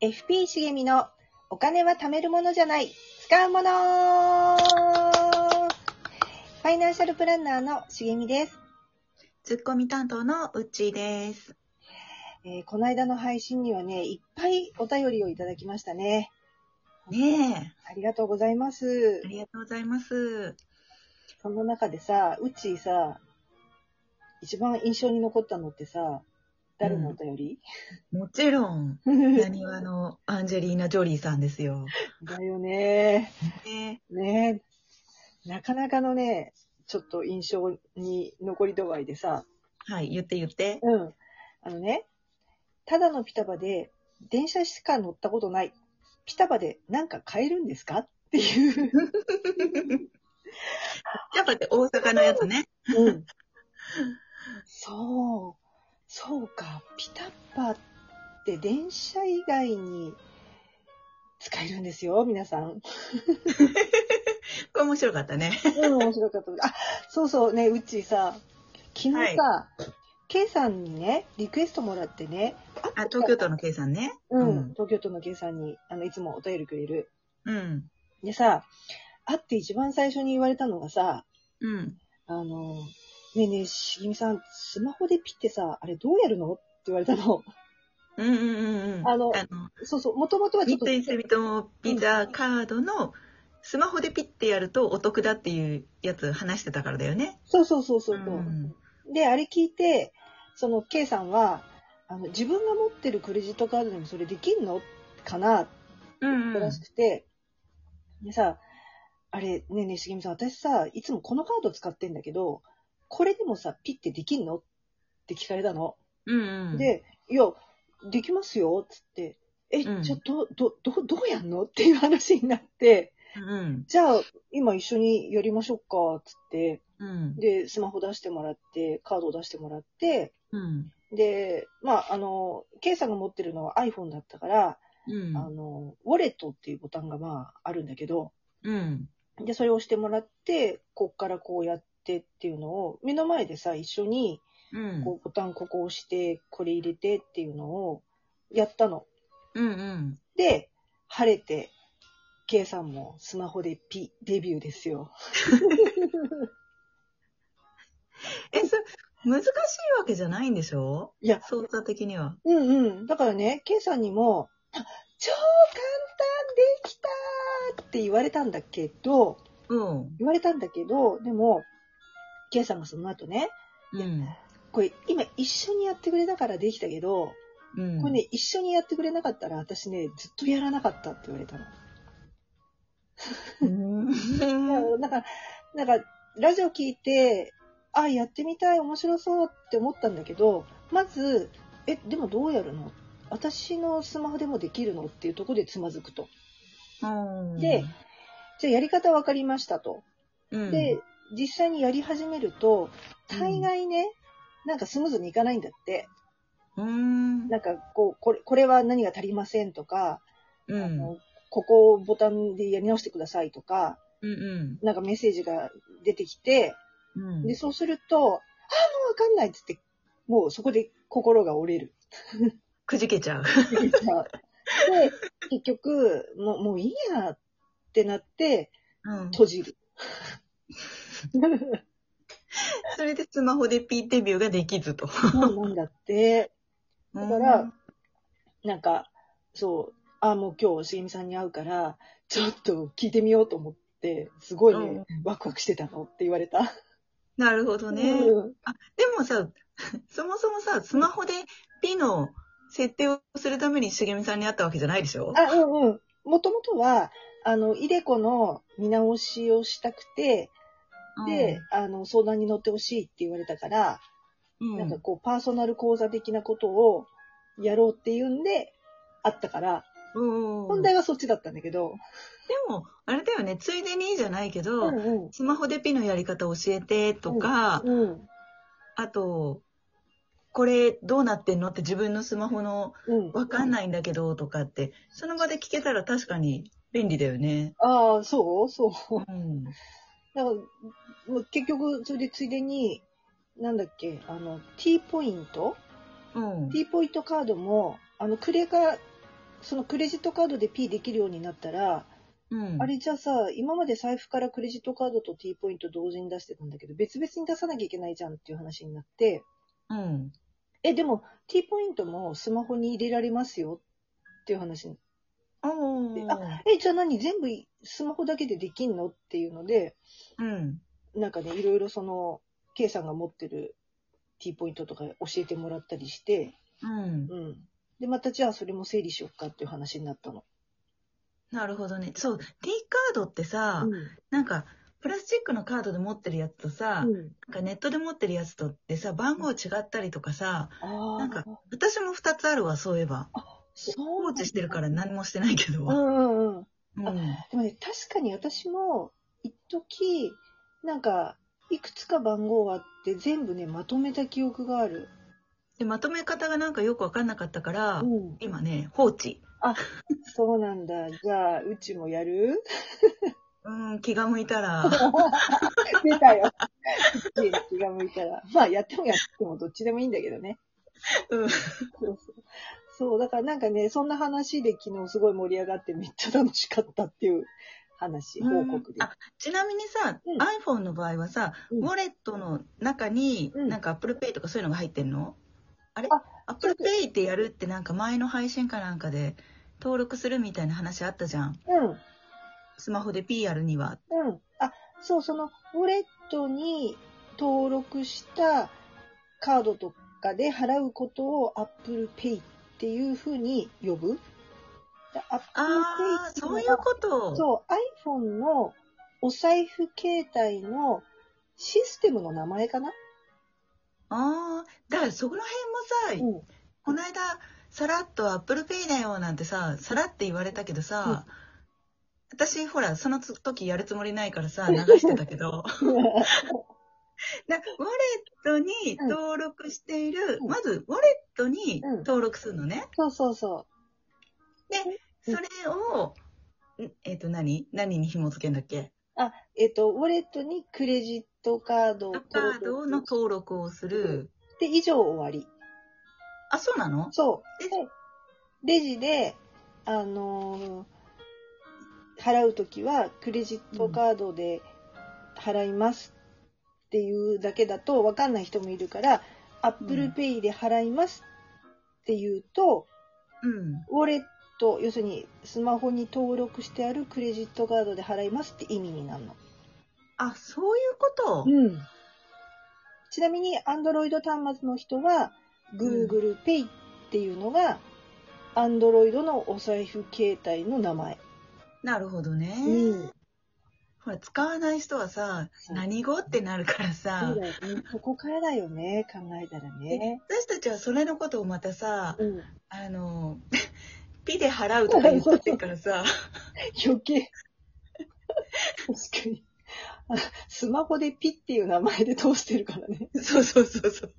FP 茂みのお金は貯めるものじゃない、使うものファイナンシャルプランナーの茂みです、ツッコミ担当のうっちーです。えーこの間の配信にはね、いっぱいお便りをいただきましたね。ねありがとうございますえ、あ。りがとうございます。その中でさ、うちさ、一番印象に残ったのってさ、誰のお便り、もちろん、なにわのアンジェリーナ・ジョリーさんですよ。だよね。ねねなかなかのね、ちょっと印象に残り度合いでさ、はい、言って言って。うん。あのね、ただのピタバで電車しか乗ったことない。ピタバでなんか買えるんですかっていう。やっぱって大阪のやつね。うん。そう。そうか。ピタバって電車以外に使えるんですよ、皆さん。これ面白かったね。うん、面白かった。あ、そうそうね、うちさ、昨日さ、ケイさんにね、リクエストもらってね、あ、東京都の K さんね。うん、東京都のケイさんに、あの、いつもお便りくれる。うん。でさ、会って一番最初に言われたのがさ、うん。あの、ねえねえ、しぎみさん、スマホでピってさ、あれどうやるのって言われた の。うんうんうんうん。あのあの、そうそう、もともとはちょ三っと、井住友ビザカードのスマホでピッてやるとお得だっていうやつ話してたからだよね。そうそうそうそう、うんで、あれ聞いて、その、K さんは、あの、自分が持ってるクレジットカードでもそれできんのかなってうんらしくて、でさ、あれ、ねえねえ、しげみさん、私さ、いつもこのカード使ってんだけど、これでもさ、ピってできんのって聞かれたの。うんうん。で、いや、できますよ、つって、え、うんちょっと、ど、ど、どうやんの っていう話になって、うん。じゃあ、今一緒にやりましょうか、つって、うん。で、スマホ出してもらって、カードを出してもらって、うん。で、まあ、あの、ケイさんが持ってるのは iPhone だったから、うんあの、ウォレットっていうボタンがまあ、あるんだけど、うん。で、それを押してもらって、こっからこうやってっていうのを、目の前でさ、一緒に、うん。こう、ボタンここ押して、これ入れてっていうのを、やったの。うんうん。で、晴れて、K さんもスマホでピ、デビューですよ。え、そ難しいわけじゃないんでしょいや操作的には。うんうん。だからね、K さんにも、あ超簡単できたーって言われたんだけど、うん。言われたんだけど、でも、K さんがその後ね、うん。これ今一緒にやってくれたからできたけど、うん。これね、一緒にやってくれなかったら私ね、ずっとやらなかったって言われたの。うん。もうなんか、なんか、ラジオ聞いて、あ、やってみたい、面白そうって思ったんだけど、まず、え、でもどうやるの私のスマホでもできるのっていうところでつまずくと。うんで、じゃあやり方わかりましたと。うん、で、実際にやり始めると、大概ね、なんかスムーズにいかないんだって。うん。なんかこう、これ、これは何が足りませんとか、うあん。のここをボタンでやり直してくださいとか、うん。なんかメッセージが出てきて、うん。で、そうすると、あ、もうわかんないっつって、もうそこで心が折れる。くじけちゃう。で、結局、もう、もういいやってなって、うん。閉じる。それでスマホでピーデビューができずと。そうなんだって、だから、なんか、そう、あ、もう今日、しげみさんに会うから、ちょっと聞いてみようと思って、すごいね、うんワクワクしてたのって言われた。なるほどね。うんあ、でもさ、そもそもさ、スマホでピの設定をするためにしげみさんに会ったわけじゃないでしょあ、うんうん。もともとは、あの、イデコの見直しをしたくて、で、、あの、相談に乗ってほしいって言われたから、うん、なんかこう、パーソナル講座的なことをやろうっていうんで、あったから、問本題はそっちだったんだけど、でも、あれだよね、ついでにじゃないけど、んスマホでピのやり方教えてとか、うん。うん。あと、これどうなってんのって自分のスマホのうん。わかんい。ないんだけどとかって、その場で聞けたら確かに便利だよね。ああ、そうそう。うん。だから、もう結局、それでついでに、なんだっけ、あの、T ポイントうん。 ?T ポイントカードも、あの、クレカそのクレジットカードで P できるようになったら、うん。あれじゃあさ、今まで財布からクレジットカードと T ポイント同時に出してたんだけど、別々に出さなきゃいけないじゃんっていう話になって、うん。え、でも T ポイントもスマホに入れられますよっていう話に。おでー。え、じゃあ何全部スマホだけでできんのっていうので、うん。なんかね、いろいろその、K さんが持ってる T ポイントとか教えてもらったりして、うん。うん。で、またじゃあそれも整理しよっかっていう話になったの。なるほどね。そう、T カードってさ、なんか、プラスチックのカードで持ってるやつとさ、うん。なんかネットで持ってるやつとってさ、番号違ったりとかさ、ああ。なんか私も2つあるわ、そういえば。そう放なんだ置してるから何もしてないけど。うううんうん。んん。でもね、確かに私も、一時なんか、いくつか番号はあって、全部ね、まとめた記憶がある。で、まとめ方がなんかよくわかんなかったから、うん。今ね、放置。そうなんだ。じゃあ、うちもやる うん、気が向いたら。出たよ。うち気が向いたら。まあ、やってもやってもどっちでもいいんだけどね。うん。そうそう。そう、だからなんかね、そんな話で昨日すごい盛り上がってめっちゃ楽しかったっていう話、報告で。あちなみにさ、うん iPhone の場合はさ、うんウォレットの中に、うんなんか Apple Pay とかそういうのが入ってんのあれあ ?Apple Pay ってやるってなんか前の配信かなんかで登録するみたいな話あったじゃん。うん。スマホで P やるには。うん。あ、そう、その、ウォレットに登録したカードとかで払うことを Apple Pay っていうふうに呼ぶ。で Apple Pay あっあ、ていそういうのうがこと。そう、iPhone のお財布携帯のシステムの名前かな、ああ、だからそこの辺うもさ、ん。この間、さらっと Apple Pay だよなんてさ、さらって言われたけどさ、私ほら、その時やるつもりないからさ、流してた けど。なウォレットに登録している、うんまずウォレットにうん登録するのね。そうそうそうんそれを、んえっ、と何何に紐付けんだっけう。あ、えっ、と、ウォレットにクレジットカードをカ登ードの録し登録をする。て以上終わり。あ、そうなのそう。レでジレジで、あのー払うときはクレジットカードで払いますっていうだけだと分かんない人もいるから、うん Apple Pay で払いますっていうと、うん。ウォレット、要するにスマホに登録してあるクレジットカードで払いますって意味になるの。あ、そういうこと。うん。ちなみに、Android 端末の人は、Google Pay っていうのが、Android のお財布携帯の名前。なるほどね。うん。ほら、使わない人はさ、そう何語ってなるからそさう、だよね。そこからだよね。考えたらね。私たちはそれのことをまたさ、うん。あの、 ピで払うとか言っとってっからさ、余計。 確かに。あスマホでピっていう名前で通してるからね。 そうそうそうそう。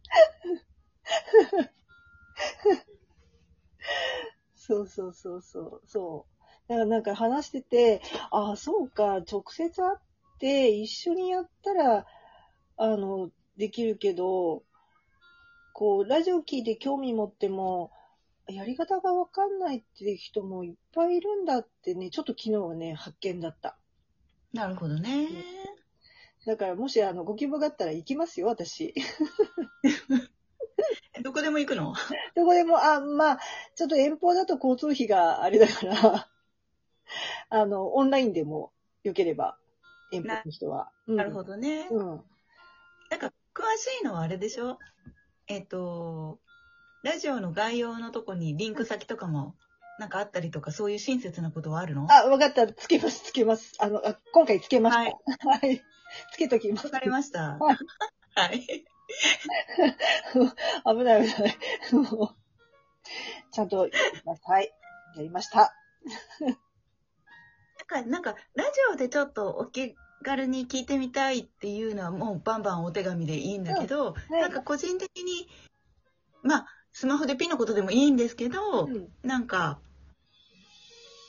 そうそうそうそう。そう。だからなんか話してて、ああ、そうか、直接会って一緒にやったら、あの、できるけど、こう、ラジオ聞いて興味持っても、やり方がわかんないって人もいっぱいいるんだってね、ちょっと昨日はね、発見だった。なるほどね。だからもし、あの、ご希望があったら行きますよ、私。えどこでも行くのどこでも、あ、まあ、ちょっと遠方だと交通費があれだから、あの、オンラインでも良ければ、遠方の人は。なるほど。どね。うん。なんか、詳しいのはあれでしょえっ、と、ラジオの概要のとこにリンク先とかも、なんかあったりとか、そういう親切なことはあるのあ、わかった。つけます、つけます。あの、あ今回つけました。ははいい。つけときますわ。かりましはた。はい。危ない、危ない。もうちゃんとやります、はい。やりました。なんか、なんか、ラジオでちょっとお気軽に聞いてみたいっていうのは、もうバンバンお手紙でいいんだけど、はいなんか個人的に、まあ、スマホでピンのことでもいいんですけど、うん。なんか、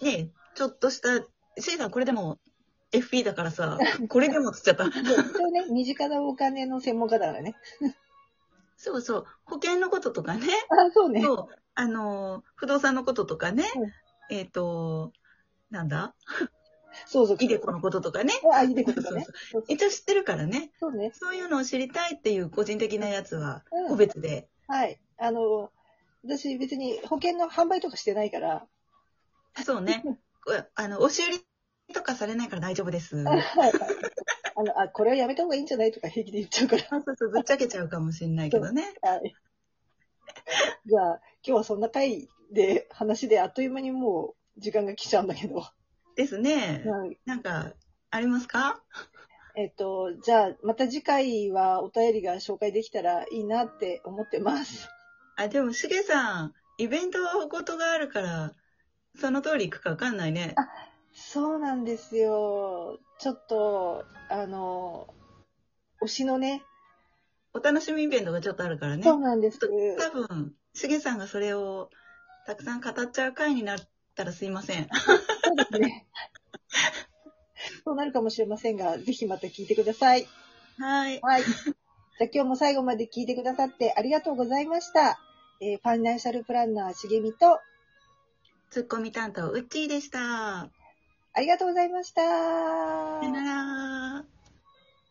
ねえ、ちょっとした、シーさんこれでも FP だか らさ、これでもつっちゃった。で一応ね、身近なお金の専門家だからね。そうそう、保険のこととかね、あ、そうね。そう、あのー、不動産のこととかね、えっ、と、なんだ相続。イデコのこととかね。あ、いでことかね。そう一応知ってるからね。そうね。そういうのを知りたいっていう個人的なやつはうん、個別で。はい。あの、私別に保険の販売とかしてないから、そうね。これあの、押し売りとかされないから大丈夫です。 あはいあの、あ、これはやめた方がいいんじゃないとか平気で言っちゃうから。そうそう、ぶっちゃけちゃうかもしれないけどね。はい。じゃあ、今日はそんな回で、話であっという間にもう時間が来ちゃうんだけど。ですね。はいなんか、ありますかえっと、じゃあ、また次回はお便りが紹介できたらいいなって思ってます。あ、でも、しげさん、イベントごとがあるから、その通り行くかわかんないね。そうなんですよ。ちょっと、あの、推しのね、お楽しみイベントがちょっとあるからね。そうなんです。多分、しげさんがそれをたくさん語っちゃう回になったらすいません。そうですね。そうなるかもしれませんが、ぜひまた聞いてください。はい。はい。じゃあ今日も最後まで聞いてくださってありがとうございました。えーファイナンシャルプランナーしげみと、ツッコミ担当、うっちーでした。ありがとうございました。さよなら。